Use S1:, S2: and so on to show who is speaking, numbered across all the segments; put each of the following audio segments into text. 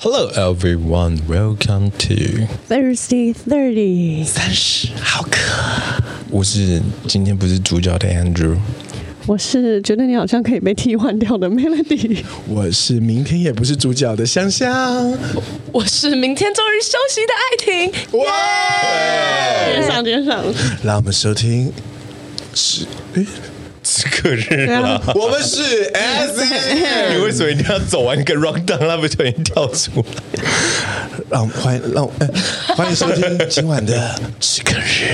S1: Hello everyone, welcome to
S2: Thirsty Thirty，
S1: 三十好渴。我是今天不是主角的 Andrew，
S2: 我是觉得你好像可以被替换掉的 Melody。
S1: 我是明天也不是主角的香香。
S3: 我是明天终于休息的爱 婷，
S1: 哇！
S2: 接上接上，
S1: 让我们收听是诶此刻日啦，啊我们是 S。你为什么一定要走完一个 round down，那不就已经跳出来？
S4: 让欢迎让、呃、欢迎收听今晚的
S1: 此刻日，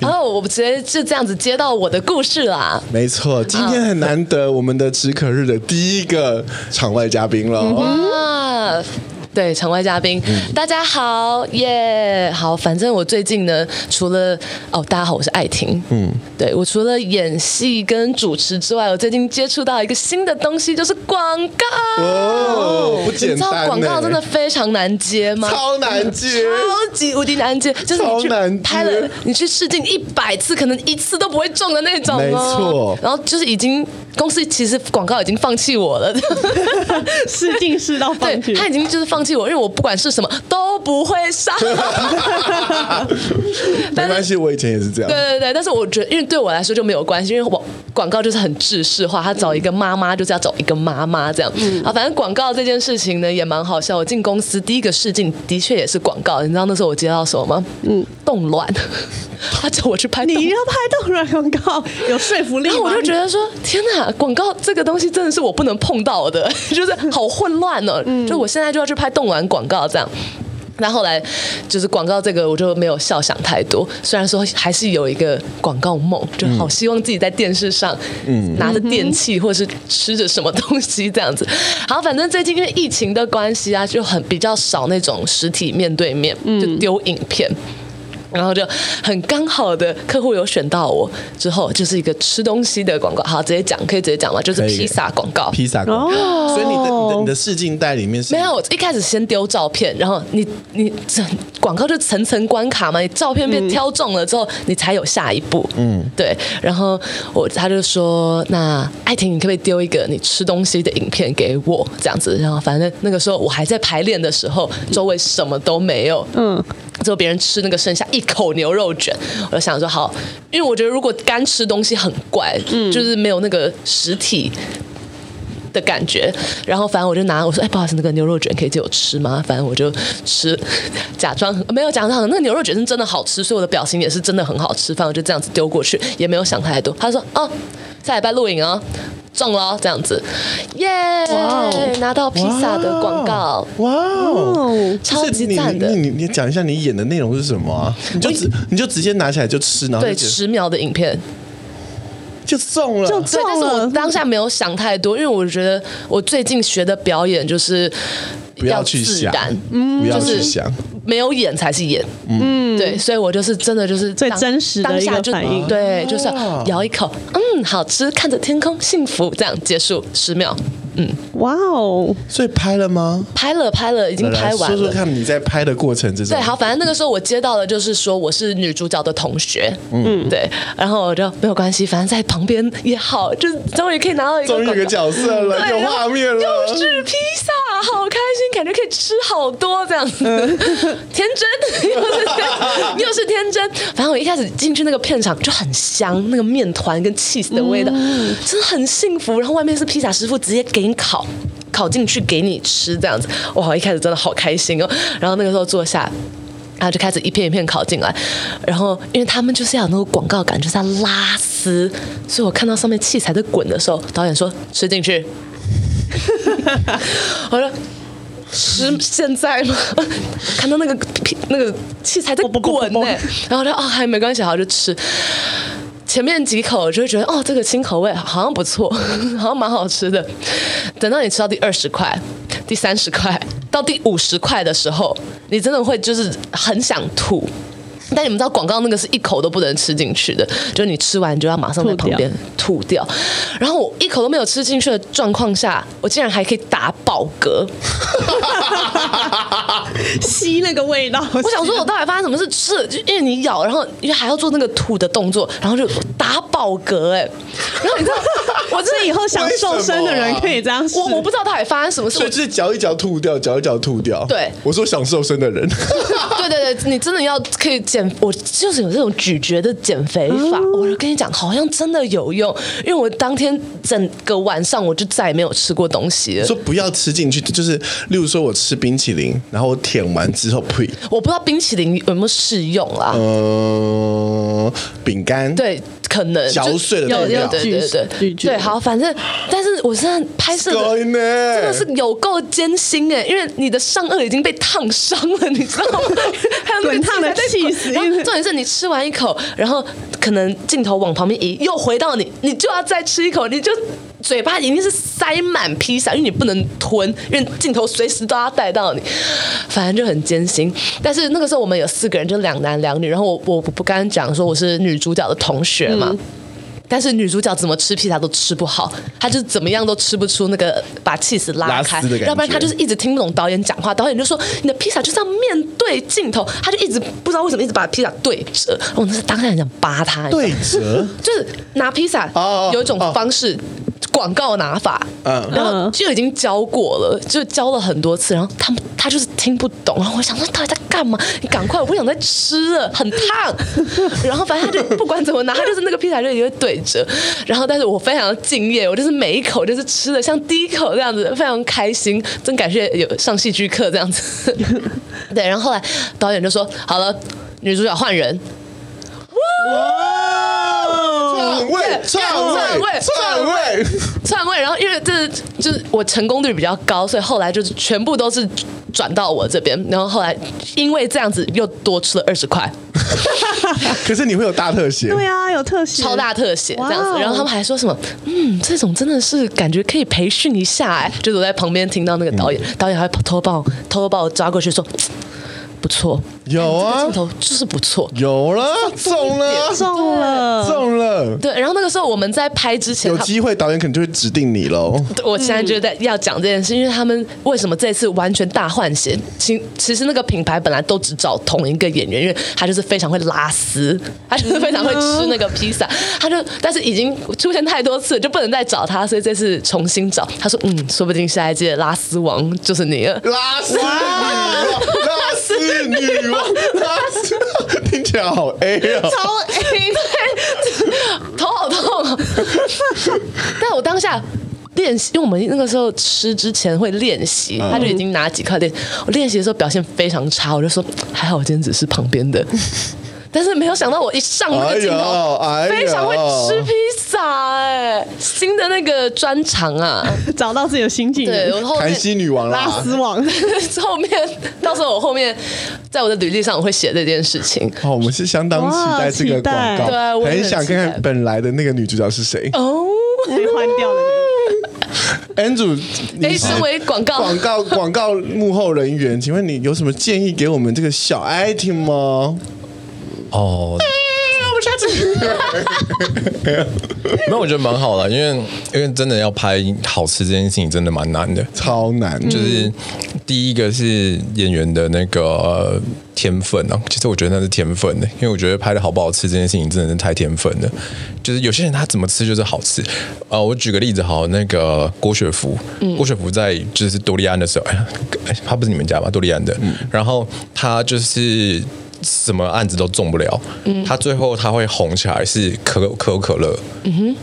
S3: 然后哦我直接就这样子接到我的故事啦。
S4: 没错，今天很难得我们的止渴日的第一个场外嘉宾了。
S3: 嗯啊，对，场外嘉宾，
S4: 嗯
S3: 大家好耶好，反正我最近呢，除了哦，大家好，我是爱婷，嗯，对我除了演戏跟主持之外，我最近接触到一个新的东西，就是广告。
S4: 哦，不简
S3: 你知道
S4: 单、欸，
S3: 广告真的非常难接吗？
S4: 哦超难接。
S3: 超级无敌难接，就是你去
S4: 超难接
S3: 拍了，你去试镜一百次，可能一次都不会中的那种、哦。
S4: 没错
S3: 然后就是已经公司其实广告已经放弃我了，
S2: 试镜试到 放
S3: 对
S2: 弃，
S3: 他已经就是放弃我，因为我不管是什么都不会 上。
S4: 没关系，我以前也是这样。
S3: 对对对，但是我觉得，因为对我来说就没有关系，因为广广告就是很制式化，他找一个妈妈就是要找一个妈妈这样、
S4: 嗯
S3: 啊。反正广告这件事情呢也蛮好笑。我进公司第一个试镜的确也是广告，你知道那时候我接到什么吗？嗯，冻卵， 他叫我去拍
S2: 你
S3: 冻卵。
S2: 要拍动软广告有说服力
S3: 然
S2: 吗？
S3: 后我就觉得说，天哪，广告这个东西真的是我不能碰到的， 就是好混乱哦。
S2: 嗯
S3: 就我现在就要去拍动完广告这样。那后来就是广告这个，我就没有笑想太多。虽然说还是有一个广告梦，就好希望自己在电视上，
S2: 嗯
S3: 拿着电器或者是吃着什么东西这样子。好，反正最近因为疫情的关系啊，就很比较少那种实体面对面，
S2: 嗯
S3: 就丢影片。然后就很刚好的客户有选到我之后，就是一个吃东西的广告，好，直接讲可以直接讲嘛，就是
S4: 可以
S3: 披萨广告。
S4: 披萨广告，所以你的你的你的试镜带里面是
S3: 没有，我一开始先丢照片，然后你你这广告就层层关卡嘛，你照片被挑中了之后，你才有下一步。嗯，对。然后我他就说，那艾婷，你可不可以丢一个你吃东西的影片给我？这样子，然后反正那个时候我还在排练的时候，周围什么都没有。
S2: 嗯，
S3: 之后别人吃那个剩下一口牛肉卷，我就想说好，因为我觉得如果干吃东西很怪，就是没有那个实体。的感觉，然后反正我就拿我说，哎，不好意思，那个牛肉卷可以借我吃吗？反正我就吃， 假装没有假装那个牛肉卷是真的好吃，所以我的表情也是真的很好吃。反正我就这样子丢过去，也没有想太多。他说，哦，下礼拜录影哦，中了哦这样子，耶、拿到披萨的广告，
S4: 哦
S3: 嗯
S4: 哇哦，
S3: 超级赞的
S4: 就是你你你你讲一下你演的内容是什么啊？你就直你就直接拿起来就吃，然后
S3: 对，
S4: 就直
S3: 十秒的影片。
S4: 就中了，
S2: 就
S3: 对，但
S2: 中
S3: 是我
S2: 了。
S3: 当下没有想太多，因为我觉得我最近学的表演就是
S4: 不要去
S3: 自
S4: 想嗯
S3: 然，，嗯
S4: 不要
S3: 就是
S4: 去想，
S3: 没有演才是演。嗯，对，所以我就是真的就是
S2: 最
S3: 当
S2: 真实的
S3: 当
S2: 一
S3: 下
S2: 个
S3: 就
S2: 反应
S3: 对，就是咬一口，嗯，好吃，看着天空，幸福，这样结束十秒。
S2: 哇哦，
S4: 所以拍了吗？
S3: 拍了拍了，已经
S4: 来
S3: 拍
S4: 来
S3: 完
S4: 说说
S3: 了。
S4: 看你在拍的过程之中，
S3: 对，好，反正那个时候我接到的就是说我是女主角的同学，嗯，对，然后我就没有关系，反正在旁边也好，就是终于可以拿到一个
S4: 终于有
S3: 广
S4: 个
S3: 告
S4: 角色了，
S3: 对
S4: 有画面了，
S3: 又是披萨，好开心，感觉可以吃好多这 样子，天真， 又是天又是天真。反正我一开始进去那个片场就很香，那个面团跟 cheese 的味道，
S4: 嗯
S3: 真的很幸福。然后外面是披萨师傅直接给你烤。烤进去给你吃，这样子，哇！我一开始真的好开心哦。然后那个时候坐下，然后就开始一片一片烤进来，然后因为他们就是要有那个广告感，就是要拉丝，所以我看到上面器材在滚的时候，导演说吃进去，我说。吃现在吗？看到那个那个器材在滚呢、然后我就哦，还没关系，好就吃。前面几口就会觉得哦，这个青口味好像不错， 好像蛮好吃的。等到你吃到第二十块、第三十块、到第五十块的时候，你真的会就是很想吐。但你们知道广告那个是一口都不能吃进去的，就是你吃完你就要马上在旁边吐掉。然后我一口都没有吃进去的状况下，我竟然还可以打饱嗝。
S2: 吸那个味道，我
S3: 我想说，我到底发生什么事？吃了，就因为你咬，然后因为还要做那个吐的动作，然后就打打饱嗝哎、然后你知道，我真
S2: 这
S3: 的
S2: 以后想瘦身
S4: 为
S2: 的
S4: 什
S2: 人
S4: 么啊
S2: 可以这样试。
S3: 我我不知道到底发生什么事，
S4: 所
S3: 我
S4: 以就是嚼一嚼吐掉，嚼一嚼吐掉。
S3: 对
S4: 我说想瘦身的人，
S3: 对对对，你真的要可以减，我就是有这种咀嚼的减肥法。
S4: 嗯
S3: 我跟你讲，好像真的有用，因为我当天整个晚上我就再也没有吃过东西了。
S4: 说不要吃进去，就是例如说我吃冰淇淋，然后我舔完之后，呸，
S3: 我不知道冰淇淋有没有适用啦。
S4: 嗯呃，饼干，，
S3: 对，可能
S4: 嚼
S3: 就
S4: 碎了
S3: 有
S4: 代
S3: 有
S4: 表
S3: 对对对
S2: 咀
S3: 对
S2: 嚼
S3: 对，好，反正，但是我现在拍摄的
S4: 真
S3: 真的
S4: 的
S3: 是有够艰辛哎，因为你的上颚已经被烫伤了，你知道 吗？还有那个
S2: 滚烫的
S3: 气还在滚
S2: cheese，
S3: 然
S2: 因
S3: 后
S2: 为
S3: 重点是你吃完一口，然后可能镜头往旁边移，又回到你，你就要再吃一口，你就。嘴巴一定是塞满披萨，因为你不能吞，因为镜头随时都要带到你，反正就很艰辛。但是那个时候我们有四个人，就两男两女，然后我我不刚刚讲说我是女主角的同学嘛，
S2: 嗯
S3: 但是女主角怎么吃披萨都吃不好，她就是怎么样都吃不出那个把气死拉开
S4: 拉丝的感，觉
S3: 要不然她就是一直听不懂导演讲话，导演就说你的披萨就是要面对镜头，她就一直不知道为什么一直把披萨对折，哦我那时候当下很想扒她，你知道吗
S4: 对折，
S3: 就是拿披萨
S4: 哦哦
S3: 有一种方式。广告拿法，
S4: 嗯
S3: 然后就已经教过了，就教了很多次，然后他们他就是听不懂，然后我想说到底在干嘛？你赶快，我不想再吃了，很烫。然后反正他就不管怎么拿，他就是那个披萨就也会对折。然后但是我非常敬业，我就是每一口就是吃的像第一口这样子，非常开心，真感谢有上戏剧课这样子。 对，然后后来导演就说好了，女主角换人，
S4: 篡位，篡
S3: 篡位
S4: 位，篡位，
S3: 篡位，然后因为这就是我成功率比较高，所以后来就是全部都是转到我这边，然后后来因为这样子又多出了二十块，
S4: 可是你会有大特写，
S2: 对啊，有特写，
S3: 超大特写这样
S2: 哇
S3: 子，
S2: 哦
S3: 然后他们还说什么，嗯，这种真的是感觉可以培训一下哎、就是我在旁边听到那个导演，
S2: 嗯
S3: 导演还偷抱偷抱我抓过去说，嘖不错，
S4: 有
S3: 哎这个
S4: 啊
S3: 镜，头就是不错。
S2: 嗯
S4: 有了，中了，
S2: 中了，
S4: 中了，
S3: 对，然后那个时候我们在拍之前，
S4: 有
S3: 他
S4: 机会导演可能就会指定你喽。
S3: 我现在就在要讲这件事，因为他们为什么这次完全大换血？其其实那个品牌本来都只找同一个演员，因为他就是非常会拉丝，他就是非常会吃那个披萨，他就但是已经出现太多次，就不能再找他，所以这次重新找。他说：“嗯，说不定下一届拉丝王就是你了。”
S4: 拉丝女王，拉丝女王，拉丝，听起来好 A 哦。
S3: 超 A，对， 头好痛哦。但我当下练习，因为我们那个时候吃之前会练习，他就已经拿几块练。我练习的时候表现非常差，我就说还好我今天只是旁边的。但是没有想到，我一上那个镜头，
S4: 哎呦哎呦
S3: 非常会吃披萨哎、新的那个专长啊，
S2: 找到自己的新技
S3: 对
S2: 能，
S3: 我后
S4: 韩
S3: 面
S4: 熙女王
S2: 拉
S4: 啦，
S2: 丝网。
S3: 后面，到时候我后面在我的履历上我会写这件事情。
S4: 哦，我们是相当期待这个广告，
S2: 哇期待
S3: 对啊我也很
S4: 很想看看本来的那个女主角是谁。
S3: 哦，
S2: 被换掉了。
S4: Andrew，
S3: 哎，
S4: 你是
S3: 身为广告
S4: 广 告广告幕后人员，请问你有什么建议给我们这个小 item 吗？
S1: 哦，那我觉得蛮好的，因为因为真的要拍好吃这件事情真的蛮难的，
S4: 超难，就
S1: 就是第一个是演员的那个呃天分啊，其实我觉得那是天分的，因为我觉得拍的好不好吃这件事情真的是太天分了。就是有些人他怎么吃就是好吃，呃，我举个例子好，那个郭雪芙，郭雪芙在就是多利安的时候，哎呀，哎他不是你们家吧，多利安的，然后他就是。什么案子都中不了，他最后他会红起来是可可口可乐，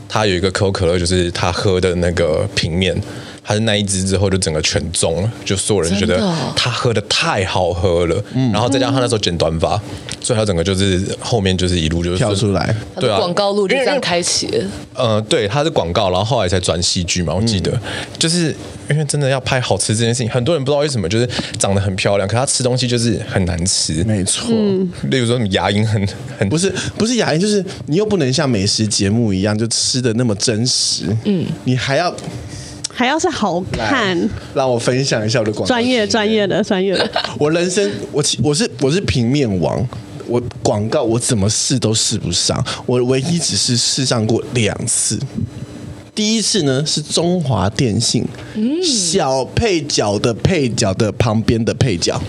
S1: 他有一个可口可乐，就是他喝的那个平面，他是那一支之后就整个全中了，就所有人觉得
S3: 真的哦
S1: 他喝的太好喝了，
S4: 嗯
S1: 然后再加上他那时候剪短发，所以他整个就是后面就是一路就是
S4: 跳出来。
S3: 他
S1: 对
S3: 的
S1: 啊，
S3: 广告路就
S1: 因为
S3: 这样开启了。
S1: 呃，对，他是广告，然后后来才转戏剧嘛，我记
S4: 嗯
S1: 得，就是因为真的要拍好吃这件事情，很多人不知道为什么，就是长得很漂亮，可她吃东西就是很难吃，
S4: 没错，
S3: 嗯
S1: 例如说什么牙龈很很
S4: 不是不是雅音，就是你又不能像美食节目一样就吃的那么真实，嗯，你还要
S2: 还要是好看，
S4: 让我分享一下我的广告
S2: 专业专业的专业 的，
S4: 我人生，我其我是我是平面王，我广告我怎么试都试不上，我唯一只是试上过两次。第一次呢是中华
S2: 嗯
S4: 电信、小配角的配角的旁边的配角，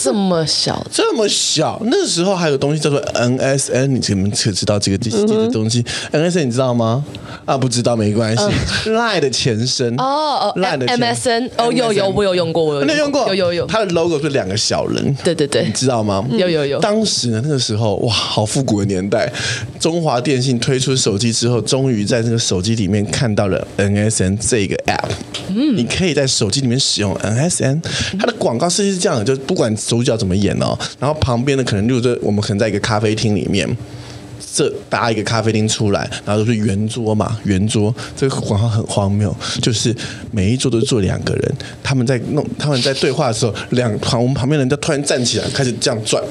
S3: 这么小，
S4: 这么小，那时候还有东西叫做 NSN，你们可知道这个这这个东西、NSN 你知道吗？啊，不知道没关系、赖的前身
S3: 嗯哦哦
S4: 赖的前
S3: MSN 哦有有我有用过我有
S4: 你有用过，
S3: 有有有
S4: 它的 logo 是两个小人，
S3: 对对对
S4: 你知道吗？
S3: 有有有
S4: 当时呢，那个时候哇，好复古的年代，中华电信推出手机之后，终于在这个手机里面看到了 NSN 这个 app，嗯，你可以在手机里面使用 NSN，它的广告设计是这样的，就不管主角怎么演哦，然后旁边的可能就是我们可能在一个咖啡厅里面。这搭一个咖啡厅出来，然后都是圆桌嘛，圆桌这个广告很荒谬，就是每一桌都坐两个人，他们在弄他们在对话的时候，两旁我们旁边人就突然站起来开始这样转，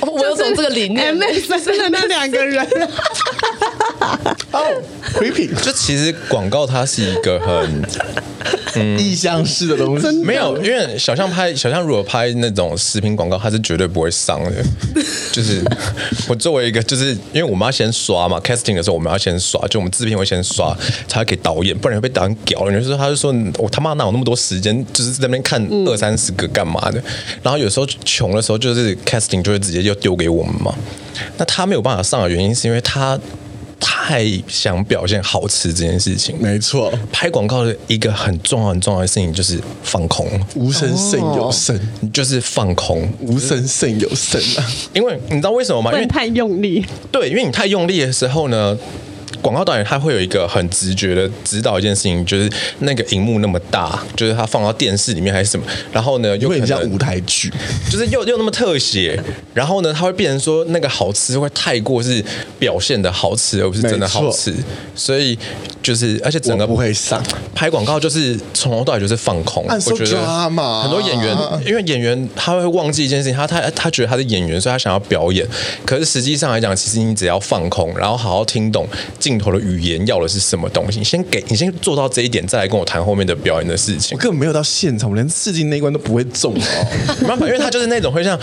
S3: 哦我有懂这个理念
S2: M，S N 的哎那两个人，
S4: 哦，creepy，
S1: 就其实广告它是一个很
S4: 意象式的东西，
S1: 没有，因为小象拍小象如果拍那种食品广告，它是绝对不会上的。 就是我作为一个，就是因为我们要先刷嘛，casting 的时候我们要先刷，就我们制片会先刷，才会给导演，不然会被导演屌了。有时候他就说我他妈哪有那么多时间，就是在那边看二三十个干嘛的。然后有时候穷的时候，就是 casting 就会直接就丢给我们嘛。那他没有办法上的原因，是因为他太想表现好吃这件事情。
S4: 没错，
S1: 拍广告的一个很重要很重要的事情就是放空，
S4: 无声胜有声，
S1: 就是放空，
S4: 无声胜有声啊，
S1: 因为你知道为什么吗？
S2: 不
S1: 因
S2: 然
S1: 为
S2: 太用力。
S1: 对，因为你太用力的时候呢，广告导演他会有一个很直觉的指导一件事情，就是那个荧幕那么大，就是他放到电视里面还是什么，然后呢，有
S4: 有
S1: 可
S4: 点像舞
S1: 能
S4: 台剧，
S1: 就是又又那么特写，然后呢，他会变成说那个好吃会太过是表现的好吃，而不是真的好吃，所以就是而且整
S4: 我
S1: 个
S4: 不会上，
S1: 拍广告就是从头到尾就是放空，
S4: I'm so
S1: 我觉得
S4: drama
S1: 很多演员，因为演员他会忘记一件事情，他他他觉得他是演员，所以他想要表演。可是实际上来讲，其实你只要放空，然后好好听懂镜头的语言要的是什么东西，你先给你先做到这一点，再来跟我谈后面的表演的事情
S4: 我。根本没有到现场，我连试镜那一关都不会中哦，
S1: 没办法，因为他就是那种会像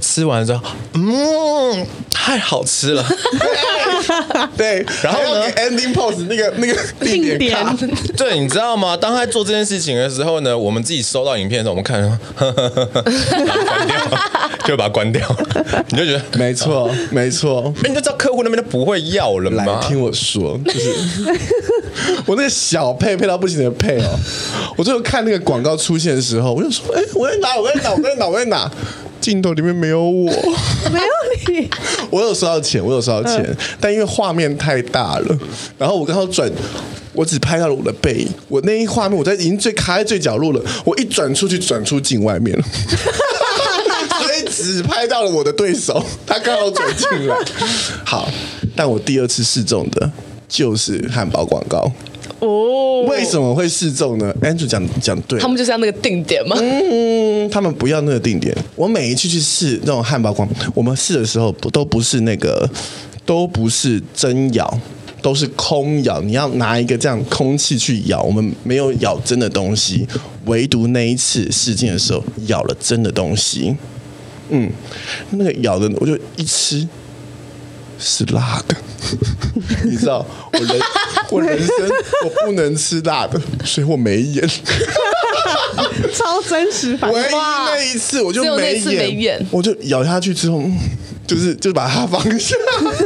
S1: 吃完之后，嗯，太好吃 了。
S4: 对，
S1: 然后
S4: 还要
S1: 呢
S4: 给，ending pose 那个那个定
S2: 定
S4: 点
S2: 点
S4: 卡，
S1: 对，你知道吗？当他在做这件事情的时候呢，我们自己收到影片的时候，我们看， 呵呵呵呵把它关掉，就把它关掉， 你就觉得。
S4: 没错，没错。
S1: 哎你就知道客户那边都不会要了
S4: 来
S1: 嘛。
S4: 听我说，就是 我那个小配配到不行的配哦，我最后看那个广告出现的时候，我就说，哎、我在哪？我在哪？我在哪？我在哪？镜头里面没有我，
S2: 没有你，
S4: 我有收到钱，我有收到钱，但因为画面太大了，然后我刚好转，我只拍到了我的背影，我那一画面我在已经最卡在最角落了，我一转出去，转出镜外面了。所以只拍到了我的对手，他刚好走进来。好，但我第二次试中的就是汉堡广告。
S2: 哦，
S4: 为什么会试中呢？Andrew 讲讲对了
S3: 他，们就是要那个定点嘛，
S4: 嗯，他们不要那个定点。我每一次去试那种汉堡广，我们试的时候不都不是那个，都不是真咬，都是空咬。你要拿一个这样空气去咬，我们没有咬真的东西，唯独那一次试镜的时候咬了真的东西。嗯，那个咬的我就一吃是辣的，你知道我人我人生我不能吃辣的，所以我没演。
S2: 超真实反
S4: 唯一
S2: 哇
S4: 那一次我就
S3: 只有那
S4: 没
S3: 一次
S4: 演，
S3: 没演
S4: 我就咬下去之后，嗯就是就把它放下，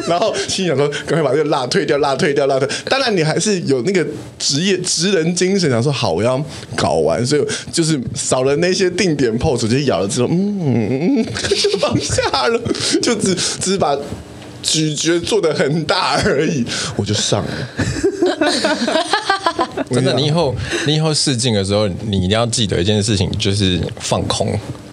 S4: 然后心想说赶快把这个辣退掉，辣退掉，辣退。当然你还是有那个职业职人精神，想说好我要搞完，所以就是少了那些定点 pose，直接咬了之后，嗯，嗯就放下了，就只只是把。咀嚼做的很大而已，我就上了。
S1: 真的，你以后你以后试镜的时候，你一定要记得一件事情，就是放空。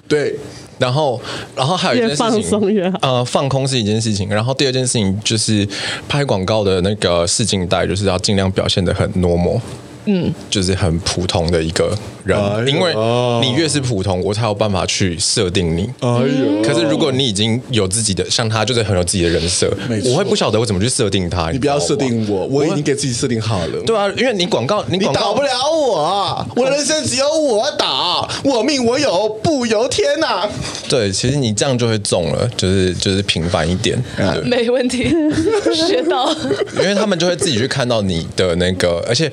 S4: 对，
S1: 然后，然后还有一件事情，
S2: 越放松越好
S1: 呃，放空是一件事情，然后第二件事情就是拍广告的那个试镜带，就是要尽量表现的很 normal，嗯，就是很普通的一个人，
S4: 哎呦
S1: 因为你越是普通，我才有办法去设定你。
S4: 哎呦
S1: 可是如果你已经有自己的，像他就是很有自己的人设
S4: 没，错
S1: 我会不晓得我怎么去设定他。
S4: 哎你不要
S1: 知道
S4: 设
S1: 吗
S4: 定我，我
S1: 会
S4: 已经给自己设定好了。
S1: 对啊，因为你广告，你
S4: 你
S1: 广
S4: 打
S1: 告
S4: 不了我，我人生只有我打，我命我有，不由天呐、
S1: 对，其实你这样就会中了，就是就是平凡一点，
S4: 哎
S1: 对
S3: 没 问题，学到。
S1: 因为他们就会自己去看到你的那个，而且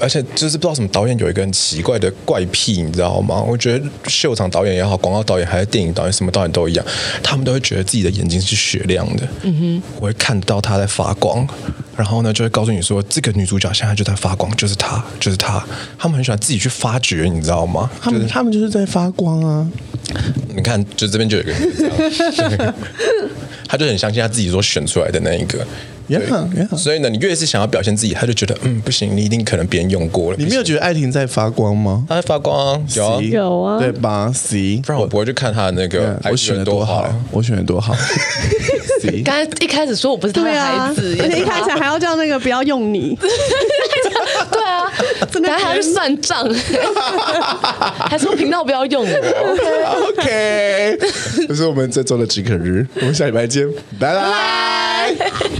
S1: 而且就是不知道什么导演有一个很奇怪的怪癖，你知道吗？我觉得秀场导演也好，广告导演还是电影导演，什么导演都一样，他们都会觉得自己的眼睛是雪亮的，嗯哼，我会看得到它在发光，然后呢就会告诉你说，这个女主角现在就在发光，就是她，就是她。他们很喜欢自己去发掘，你知道吗？
S4: 他们他们就是在发光啊！
S1: 你看，就这边就有一个人这样， 他就很相信他自己所选出来的那一个。对
S4: Yeah, yeah
S1: 所以呢，你越是想要表现自己，他就觉得嗯不行，你一定可能别人用过了。
S4: 你没有
S1: 不
S4: 觉
S1: 行
S4: 得艾婷在发光吗？
S1: 他在发光、啊，有、啊，
S4: See？
S2: 有啊
S4: 对吧？C，
S1: 不然我不会去看他的那个 IG
S4: 我选的多好啊
S1: 好。，
S4: 我选的多 好。C，
S3: 刚才一开始说我不是他的
S2: 对啊，
S3: 孩子，
S2: 而且一开始还要叫那个不要用你，
S3: 对啊，
S2: 真的
S3: 等下还要去
S2: 很
S3: 算账， 还说频道不要用我。
S4: OK，这是我们这周的即可日，我们下礼拜见，拜拜。